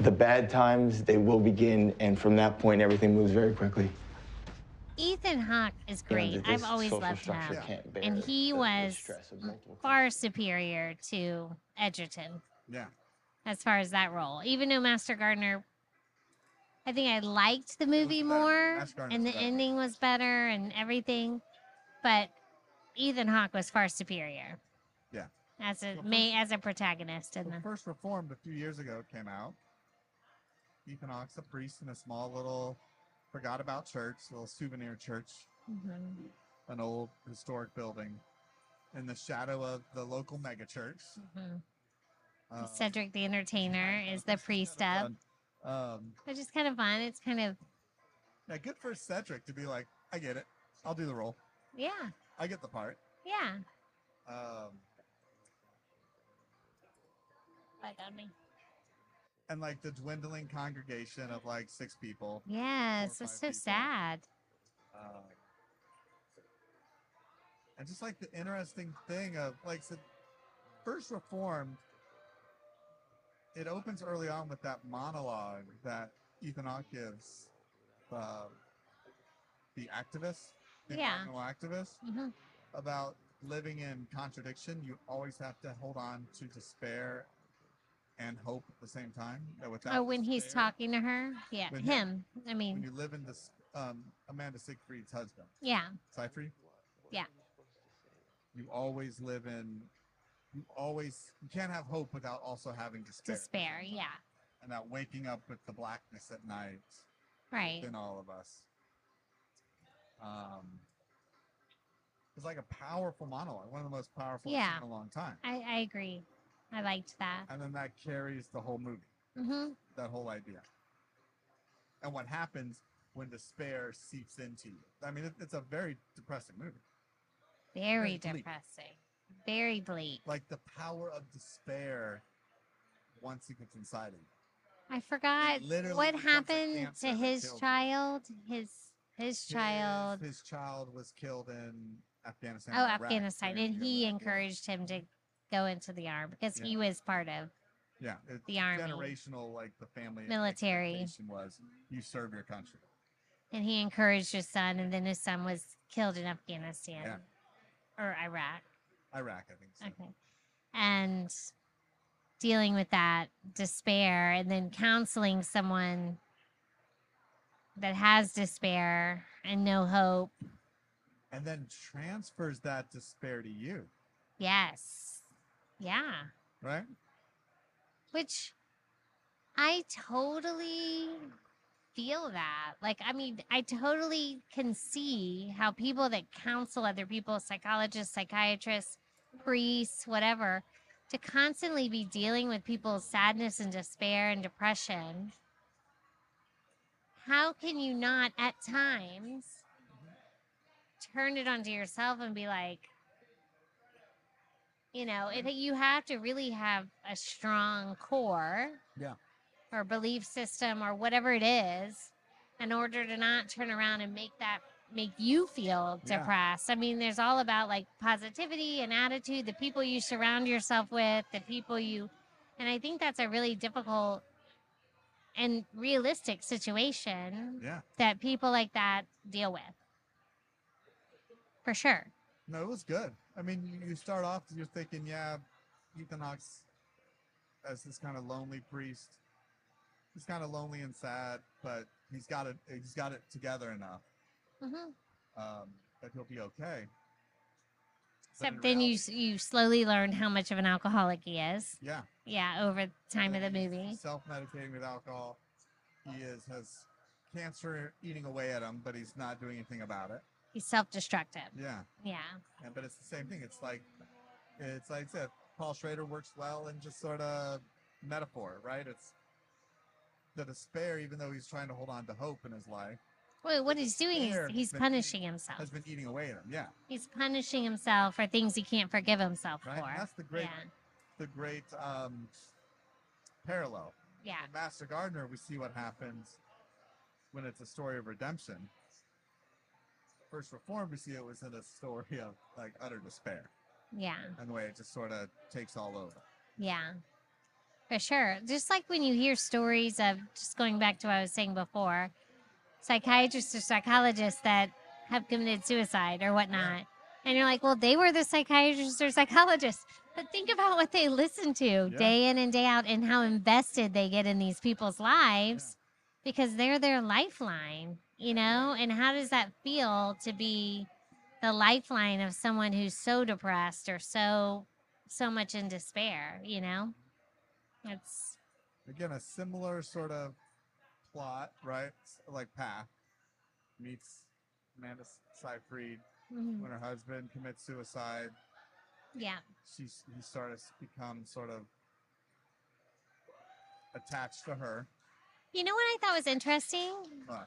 Speaker 6: the bad times, they will begin, and from that point, everything moves very quickly.
Speaker 5: Ethan Hawke is
Speaker 6: You know,
Speaker 5: great.
Speaker 6: that
Speaker 5: I've
Speaker 6: this
Speaker 5: always
Speaker 6: social
Speaker 5: loved
Speaker 6: structure
Speaker 5: him.
Speaker 6: can't
Speaker 5: And
Speaker 6: bear
Speaker 5: he
Speaker 6: the- the
Speaker 5: was
Speaker 6: stress of
Speaker 5: m-
Speaker 6: multiple
Speaker 5: far superior to Edgerton
Speaker 4: Yeah.
Speaker 5: as far as that role. Even though Master Gardener, I think I liked the movie
Speaker 4: better.
Speaker 5: more,
Speaker 4: Master Gardener
Speaker 5: and
Speaker 4: was
Speaker 5: the
Speaker 4: better.
Speaker 5: ending was better and everything, but Ethan Hawke was far superior.
Speaker 4: Yeah.
Speaker 5: As a
Speaker 4: Well,
Speaker 5: may as a protagonist in
Speaker 4: Well,
Speaker 5: the
Speaker 4: First Reformed a few years ago came out. Ethan Hawke's a priest in a small little forgot about church, little souvenir church,
Speaker 5: Mhm.
Speaker 4: an old historic building in the shadow of the local megachurch.
Speaker 5: Mhm.
Speaker 4: Um,
Speaker 5: Cedric the Entertainer
Speaker 4: yeah,
Speaker 5: is
Speaker 4: it
Speaker 5: the
Speaker 4: was kinda
Speaker 5: priest up,
Speaker 4: fun. Um,
Speaker 5: which is kind of fun. It's kind of
Speaker 4: yeah, good for Cedric to be like, I get it. I'll do the role.
Speaker 5: yeah,
Speaker 4: I get the part.
Speaker 5: yeah.
Speaker 4: Um,
Speaker 5: Bug on me.
Speaker 4: and like the dwindling congregation of like six people.
Speaker 5: Yes,
Speaker 4: four or
Speaker 5: it's
Speaker 4: five
Speaker 5: so
Speaker 4: people.
Speaker 5: sad.
Speaker 4: Um, and just like the interesting thing of like so first reformed, it opens early on with that monologue that Ethan Hawke gives, uh, the activist, the
Speaker 5: Yeah.
Speaker 4: environmental activist,
Speaker 5: Mhm.
Speaker 4: about living in contradiction. You always have to hold on to despair and hope at the same time. That without
Speaker 5: Oh, when he's
Speaker 4: despair-
Speaker 5: talking to her, yeah,
Speaker 4: When him-
Speaker 5: him. I
Speaker 4: when
Speaker 5: mean,
Speaker 4: you live in this, um, Amanda Siegfried's husband.
Speaker 5: yeah,
Speaker 4: Cypher?
Speaker 5: Yeah.
Speaker 4: You always live in, you always, you can't have hope without also having despair.
Speaker 5: despair. Yeah,
Speaker 4: And that waking up with the blackness at night
Speaker 5: right.
Speaker 4: in all of us. Um, it's like a powerful monologue, one of the most powerful I've seen
Speaker 5: Yeah.
Speaker 4: in a long time.
Speaker 5: I, I agree. I liked that.
Speaker 4: And then that carries the whole movie,
Speaker 5: hmm
Speaker 4: that whole idea. And what happens when despair seeps into you. I mean, it, it's a very depressing movie.
Speaker 5: Very
Speaker 4: Very bleak.
Speaker 5: depressing. Very bleak.
Speaker 4: like the power of despair once it gets inside of you.
Speaker 5: I forgot
Speaker 4: literally
Speaker 5: what
Speaker 4: becomes a
Speaker 5: happened
Speaker 4: cancer
Speaker 5: to
Speaker 4: that
Speaker 5: his
Speaker 4: kills him.
Speaker 5: child. His his child.
Speaker 4: His, his child was killed in Afghanistan.
Speaker 5: oh,
Speaker 4: or Iraq
Speaker 5: Afghanistan,
Speaker 4: during
Speaker 5: and
Speaker 4: the
Speaker 5: he
Speaker 4: Iraq War.
Speaker 5: encouraged him to go into the army because
Speaker 4: Yeah.
Speaker 5: he was part of.
Speaker 4: Yeah, it's
Speaker 5: the army.
Speaker 4: Generational, like the family
Speaker 5: Military.
Speaker 4: expectation was you serve your country.
Speaker 5: And he encouraged his son, and then his son was killed in Afghanistan or Iraq.
Speaker 4: Iraq, I think. So.
Speaker 5: Okay. And dealing with that despair and then counseling someone that has despair and no hope.
Speaker 4: And then transfers that despair to you,
Speaker 5: Yes. Yeah.
Speaker 4: right?
Speaker 5: Which I totally feel that. Like, I mean, I totally can see how people that counsel other people, psychologists, psychiatrists, priests, whatever, to constantly be dealing with people's sadness and despair and depression. How can you not at times turn it onto yourself and be like, You know,
Speaker 8: Mm-hmm.
Speaker 5: it, you have to really have a strong core.
Speaker 8: Yeah.
Speaker 5: Or belief system or whatever it is in order to not turn around and make that make you feel
Speaker 8: Yeah.
Speaker 5: depressed. I mean, there's all about like positivity and attitude, the people you surround yourself with, the people you and I think that's a really difficult and realistic situation
Speaker 4: Yeah.
Speaker 5: that people like that deal with. For sure.
Speaker 4: No, it was good. I mean, you- you start off, you're thinking, yeah, Ethan Hawke's as this kind of lonely priest. He's kind of lonely and sad, but he's got it. He's got it together enough
Speaker 5: hmm
Speaker 4: um, that he'll be okay. But in
Speaker 5: Except then you
Speaker 4: reality-
Speaker 5: s- you slowly learn how much of an alcoholic he is.
Speaker 4: yeah.
Speaker 5: Yeah, over the time of the movie.
Speaker 4: Self-medicating with alcohol. He is has cancer eating away at him, but he's not doing anything about it.
Speaker 5: He's self-destructive.
Speaker 4: Yeah.
Speaker 5: Yeah.
Speaker 4: And, but it's the same thing. It's like, it's like I said, Paul Schrader works well in just sort of metaphor, right? It's the despair, even though he's trying to hold on to hope in his life,
Speaker 5: Well, what he's doing is
Speaker 4: There,
Speaker 5: he's
Speaker 4: but he
Speaker 5: punishing himself.
Speaker 4: has been eating away at him. Yeah,
Speaker 5: He's punishing himself for things he can't forgive himself
Speaker 4: right. And
Speaker 5: for.
Speaker 4: that's the great, the great um, parallel.
Speaker 5: Yeah.
Speaker 4: In Master Gardener, we see what happens when it's a story of redemption. First Reformed, we see it was in a story of like utter despair
Speaker 5: Yeah. Yeah.
Speaker 4: and the way it just sort of takes all over.
Speaker 5: Yeah. For sure. Just like when you hear stories of, just going back to what I was saying before, psychiatrists or psychologists that have committed suicide or whatnot. And you're like, well, they were the psychiatrists or psychologists. But think about what they listen to day in and day out and how invested they get in these people's lives because they're their lifeline, you know? And how does that feel to be the lifeline of someone who's so depressed or so so much in despair, you know? It's
Speaker 4: again a similar sort of plot right S- like path meets amanda S- seyfried
Speaker 5: mhm,
Speaker 4: when her husband commits suicide
Speaker 5: yeah,
Speaker 4: she s- he sort of s- becomes sort of attached to her
Speaker 5: You know what I thought was interesting?
Speaker 4: What?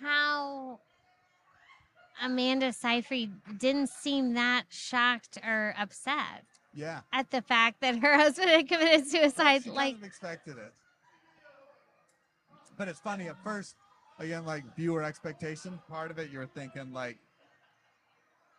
Speaker 5: How Amanda Seyfried didn't seem that shocked or upset
Speaker 4: yeah
Speaker 5: at the fact that her husband had committed suicide.
Speaker 4: she
Speaker 5: Like,
Speaker 4: kind of expected it but it's funny at first again like viewer expectation part of it you're thinking like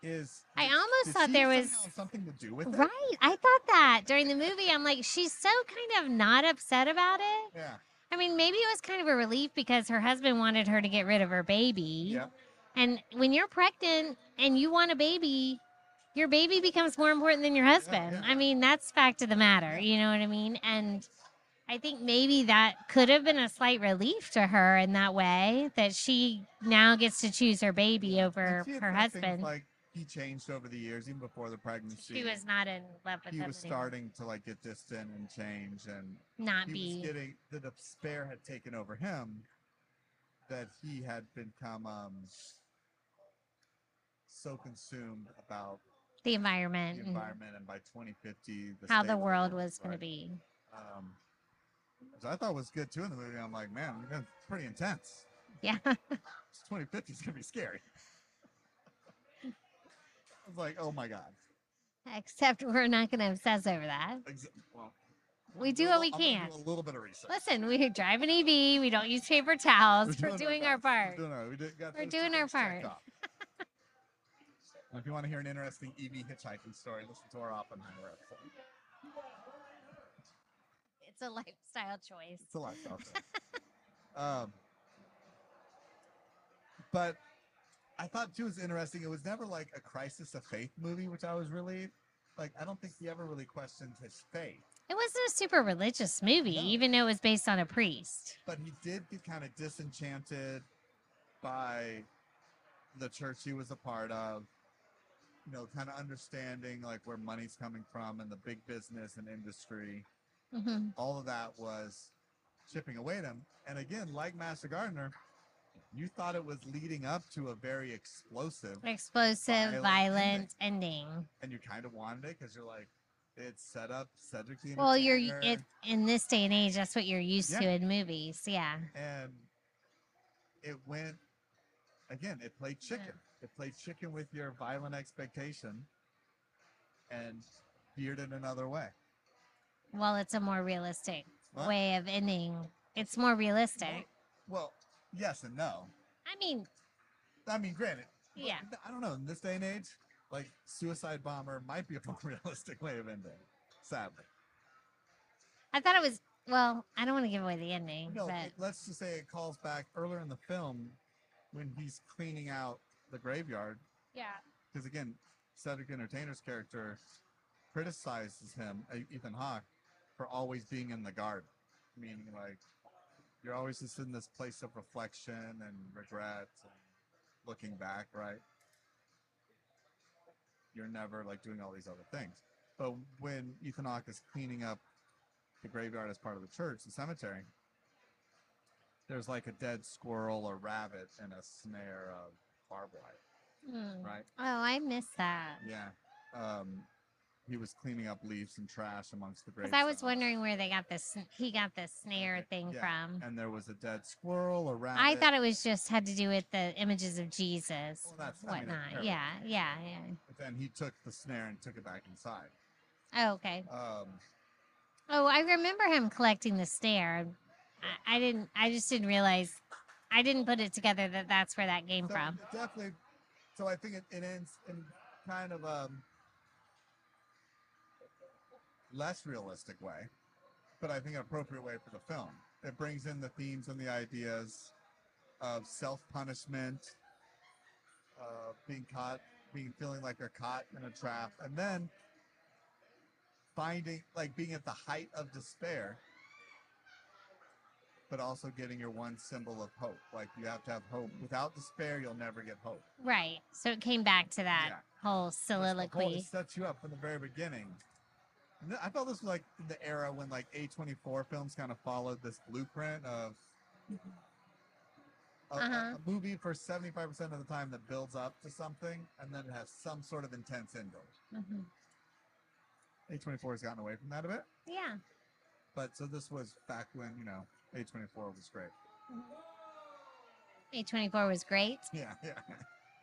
Speaker 4: is
Speaker 5: I
Speaker 4: did-
Speaker 5: almost
Speaker 4: did
Speaker 5: thought
Speaker 4: she
Speaker 5: there was-
Speaker 4: somehow have something to do with it
Speaker 5: right? I thought that during the movie. I'm like, she's so kind of not upset about it.
Speaker 4: yeah
Speaker 5: I mean, maybe it was kind of a relief because her husband wanted her to get rid of her baby.
Speaker 4: yeah
Speaker 5: And when you're pregnant and you want a baby, your baby becomes more important than your husband.
Speaker 4: yeah.
Speaker 5: I mean, that's fact of the matter. You know what I mean? And I think maybe that could have been a slight relief to her in that way that she now gets to choose her baby over
Speaker 4: And she had
Speaker 5: her
Speaker 4: said things
Speaker 5: husband.
Speaker 4: Like he changed over the years, even before the pregnancy.
Speaker 5: she was not in love with
Speaker 4: He
Speaker 5: him.
Speaker 4: was
Speaker 5: anymore.
Speaker 4: starting to like get distant and change, and
Speaker 5: Not
Speaker 4: he
Speaker 5: be.
Speaker 4: was getting the despair had taken over him. That he had become um, so consumed about
Speaker 5: the
Speaker 4: the
Speaker 5: environment,
Speaker 4: environment, and by 2050, the
Speaker 5: and how
Speaker 4: state
Speaker 5: the
Speaker 4: of
Speaker 5: world was going
Speaker 4: right?
Speaker 5: to be.
Speaker 4: Um, which I thought was good too in the movie. I'm like, man, that's pretty intense.
Speaker 5: Yeah.
Speaker 4: 2050 is gonna be scary. I was like, oh my god.
Speaker 5: Except we're not going to obsess over that.
Speaker 4: Exa- well, I'm
Speaker 5: We
Speaker 4: gonna
Speaker 5: do
Speaker 4: a
Speaker 5: what
Speaker 4: li-
Speaker 5: we
Speaker 4: I'm gonna
Speaker 5: can.
Speaker 4: do A little bit of research.
Speaker 5: Listen, we drive an EV. We don't use paper towels. We're doing our part.
Speaker 4: We're doing our, we did, got
Speaker 5: We're
Speaker 4: those two
Speaker 5: doing our
Speaker 4: things checked
Speaker 5: part.
Speaker 4: off. And if you want to hear an interesting EV hitchhiking story, listen to our Oppenheimer episode.
Speaker 5: It's a lifestyle choice.
Speaker 4: It's a lifestyle choice. um, but I thought too was interesting. It was never like a crisis of faith movie, which I was really like. I don't think he ever really questioned his faith.
Speaker 5: It wasn't a super religious movie,
Speaker 4: No.
Speaker 5: even though it was based on a priest.
Speaker 4: but he did get kind of disenchanted by the church he was a part of you know kind of understanding like where money's coming from and the big business and industry
Speaker 5: hmm
Speaker 4: all of that was chipping away at him and again like master gardener you thought it was leading up to a very explosive
Speaker 5: Explosive,
Speaker 4: Violent
Speaker 5: violent ending.
Speaker 4: and you kind of wanted it because you're like it's set up cedric the
Speaker 5: Well, you're y-
Speaker 4: Entertainer.
Speaker 5: it in this day and age. That's what you're used to
Speaker 4: Yeah.
Speaker 5: in movies. Yeah,
Speaker 4: and it went again it played
Speaker 5: Yeah.
Speaker 4: chicken it played chicken with your violent expectation and veered in another way.
Speaker 5: Well, it's a more realistic
Speaker 4: Huh?
Speaker 5: way of ending. It's more realistic.
Speaker 4: Well, yes and no.
Speaker 5: I mean,
Speaker 4: I mean, granted, but
Speaker 5: yeah.
Speaker 4: I don't know. In this day and age, like suicide bomber might be a more realistic way of ending. Sadly,
Speaker 5: I thought it was. Well, I don't want to give away the ending,
Speaker 4: no.
Speaker 5: but
Speaker 4: it- let's just say it calls back earlier in the film when he's cleaning out the graveyard
Speaker 5: yeah,
Speaker 4: because again, Cedric Entertainer's character criticizes him, uh, Ethan Hawke, for always being in the garden, meaning like you're always just in this place of reflection and regret and looking back, right? You're never like doing all these other things. But when Ethan Hawke is cleaning up the graveyard as part of the church, the cemetery, there's like a dead squirrel or rabbit and a snare of barbed wire,
Speaker 5: mm.
Speaker 4: right?
Speaker 5: oh, I missed that
Speaker 4: Yeah. Um, he was cleaning up leaves and trash amongst the graves.
Speaker 5: because I was wondering where they got this. He got this snare thing
Speaker 4: Yeah,
Speaker 5: from.
Speaker 4: And there was a dead squirrel, a rabbit.
Speaker 5: I thought it was just had to do with the images of Jesus,
Speaker 4: Well, that's- I mean, it's
Speaker 5: whatnot.
Speaker 4: parallel.
Speaker 5: yeah, yeah, yeah.
Speaker 4: But then he took the snare and took it back inside.
Speaker 5: Oh, okay.
Speaker 4: Um,
Speaker 5: Oh, I remember him collecting the snare. I, I didn't. I just didn't realize. I didn't put it together that that's where that came
Speaker 4: so
Speaker 5: from.
Speaker 4: it definitely. So I think it, it ends in kind of um, a less realistic way, but I think an appropriate way for the film. It brings in the themes and the ideas of self punishment, uh, being caught, being feeling like they're caught in a trap, and then finding like being at the height of despair, but also getting your one symbol of hope. Like you have to have hope. Without despair, you'll never get hope.
Speaker 5: Right. So it came back to that
Speaker 4: Yeah.
Speaker 5: whole
Speaker 4: It's the whole-
Speaker 5: soliloquy.
Speaker 4: It sets you up from the very beginning. And th- I felt this was like in the era when like A24 films kind of followed this blueprint of a, a-
Speaker 5: Uh-huh.
Speaker 4: a movie for 75% of the time that builds up to something and then it has some sort of intense ending.
Speaker 5: Mhm.
Speaker 4: A24 has gotten away from that a bit.
Speaker 5: Yeah.
Speaker 4: But so this was back when, you know, A24 was great.
Speaker 5: A24 was great.
Speaker 4: Yeah, yeah.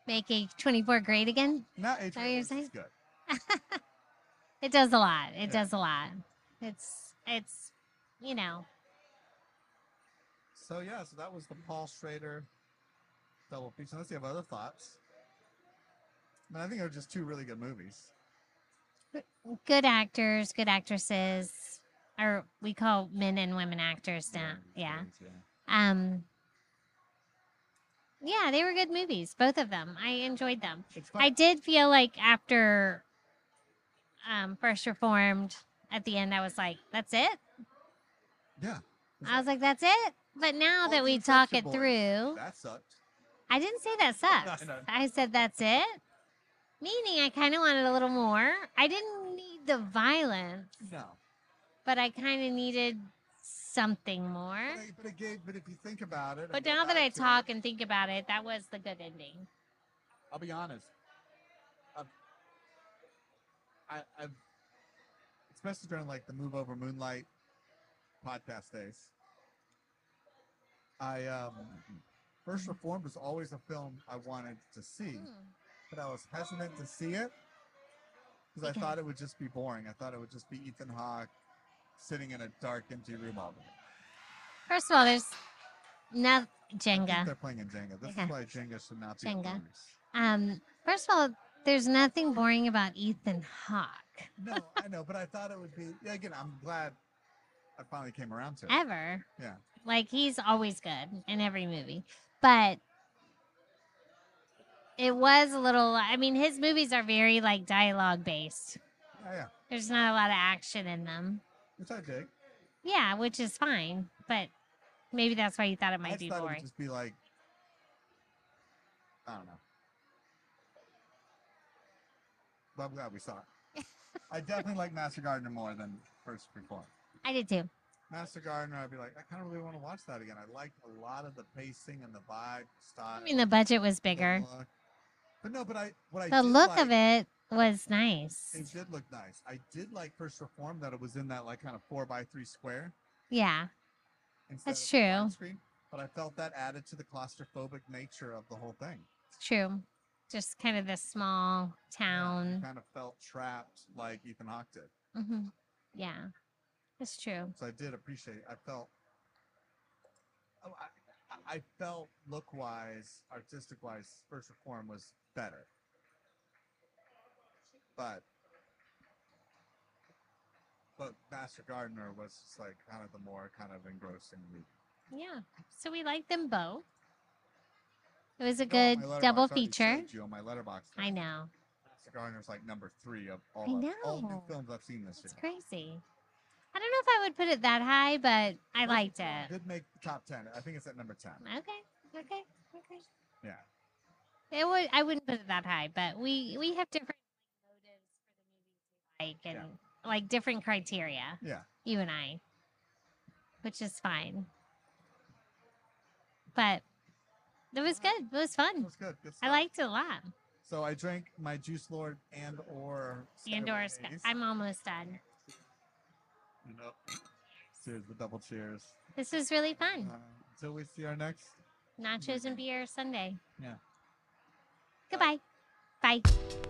Speaker 5: Make A24 great again.
Speaker 4: Now
Speaker 5: what you're
Speaker 4: A24 is
Speaker 5: saying?
Speaker 4: good.
Speaker 5: It does a lot. It
Speaker 4: Yeah.
Speaker 5: does a lot. It's it's you know,
Speaker 4: So yeah, so that was the Paul Schrader double feature. Unless you have other thoughts. I mean, I think they're just two really good movies.
Speaker 5: good actors, good actresses, or we call men and women actors now. Yeah. Um Yeah, they were good movies, both of them. I enjoyed them.
Speaker 4: It's fun.
Speaker 5: I did feel like after um First Reformed at the end I was like, that's it?
Speaker 4: yeah.
Speaker 5: I was like, that's it. But now
Speaker 4: Well,
Speaker 5: that
Speaker 4: the
Speaker 5: we talk
Speaker 4: Infection
Speaker 5: it
Speaker 4: Boys.
Speaker 5: through,
Speaker 4: That sucked.
Speaker 5: I didn't say that sucks.
Speaker 4: know.
Speaker 5: I said that's it. Meaning I kind of wanted a little more. I didn't need the violence,
Speaker 4: No.
Speaker 5: but I kind of needed something more.
Speaker 4: But it, but it gave. But if you think about it. and
Speaker 5: But
Speaker 4: go
Speaker 5: now that
Speaker 4: back
Speaker 5: I
Speaker 4: to
Speaker 5: talk
Speaker 4: it,
Speaker 5: and think about it, that was the good ending.
Speaker 4: I'll be honest. I've, I, I've, especially during like the Move Over Moonlight podcast days, I um, First Reformed was always a film I wanted to see,
Speaker 5: Mm.
Speaker 4: but I was hesitant to see it because
Speaker 5: Okay.
Speaker 4: I thought it would just be boring. I thought it would just be Ethan Hawke sitting in a dark, empty room all day.
Speaker 5: First of all, there's no
Speaker 4: I think
Speaker 5: Jenga.
Speaker 4: They're playing in Jenga. This
Speaker 5: Okay.
Speaker 4: is why Jenga should not be.
Speaker 5: Jenga.
Speaker 4: Jenga.
Speaker 5: Um, first of all, there's nothing boring about Ethan Hawke
Speaker 4: No, I know, but I thought it would be. Yeah, again, I'm glad I finally came around to it.
Speaker 5: ever.
Speaker 4: Yeah.
Speaker 5: Like he's always good in every movie. But it was a little I mean his movies are very like dialogue based.
Speaker 4: Yeah, yeah,
Speaker 5: There's not a lot of action in them.
Speaker 4: which I dig.
Speaker 5: Yeah, which is fine, but maybe that's why you thought it
Speaker 4: I
Speaker 5: might
Speaker 4: just
Speaker 5: be
Speaker 4: thought it
Speaker 5: boring.
Speaker 4: would just be like, I don't know. But I'm glad we saw it. I definitely like Master Gardener more than First Reform.
Speaker 5: I did too.
Speaker 4: Master Gardener, I'd be like, I kind of really want to watch that again. I liked a lot of the pacing and the vibe, style.
Speaker 5: I mean the budget was
Speaker 4: the
Speaker 5: bigger.
Speaker 4: look. But no, but I what I
Speaker 5: The
Speaker 4: did
Speaker 5: look
Speaker 4: like,
Speaker 5: of it was nice.
Speaker 4: It did look nice. I did like First Reform that it was in that like kind of four by three square.
Speaker 5: Yeah.
Speaker 4: Instead
Speaker 5: That's
Speaker 4: of a flat
Speaker 5: true.
Speaker 4: Screen, but I felt that added to the claustrophobic nature of the whole thing.
Speaker 5: It's true. just kind of this small town.
Speaker 4: kind of felt trapped like Ethan Hawke did.
Speaker 5: hmm Yeah, that's true.
Speaker 4: So I did appreciate it. I felt, oh, I, I felt look wise, artistic wise, First Reform was better. But, but Master Gardener was just like kind of the more kind of engrossing movie.
Speaker 5: Yeah. So we like them both. It was
Speaker 4: No,
Speaker 5: a
Speaker 4: on
Speaker 5: good
Speaker 4: my Letterboxd,
Speaker 5: double
Speaker 4: I already
Speaker 5: feature.
Speaker 4: saved You on my letterbox.
Speaker 5: I know.
Speaker 4: Master Gardener's like number three of all,
Speaker 5: I
Speaker 4: of- all new
Speaker 5: know.
Speaker 4: films I've seen this
Speaker 5: It's
Speaker 4: year.
Speaker 5: crazy. I don't know if I would put it that high, but I liked it.
Speaker 4: Did make the top ten. I think it's at number ten.
Speaker 5: Okay. Okay. Okay.
Speaker 4: Yeah.
Speaker 5: It would I wouldn't put it that high, but we we have different like, motives for the movies we like
Speaker 4: Yeah.
Speaker 5: and like different criteria,
Speaker 4: Yeah.
Speaker 5: you and I. Which is fine. But it was good. It was
Speaker 4: That
Speaker 5: fun.
Speaker 4: was good. good
Speaker 5: I
Speaker 4: stuff.
Speaker 5: liked it a lot.
Speaker 4: So I drank my Juice Lord and or
Speaker 5: And or Sky- I'm almost done.
Speaker 4: Nope. Cheers, the double cheers.
Speaker 5: This was really
Speaker 4: Uh,
Speaker 5: fun.
Speaker 4: until we see our next. Uh,
Speaker 5: Nachos and beer Sunday.
Speaker 4: Yeah.
Speaker 5: Goodbye. Bye.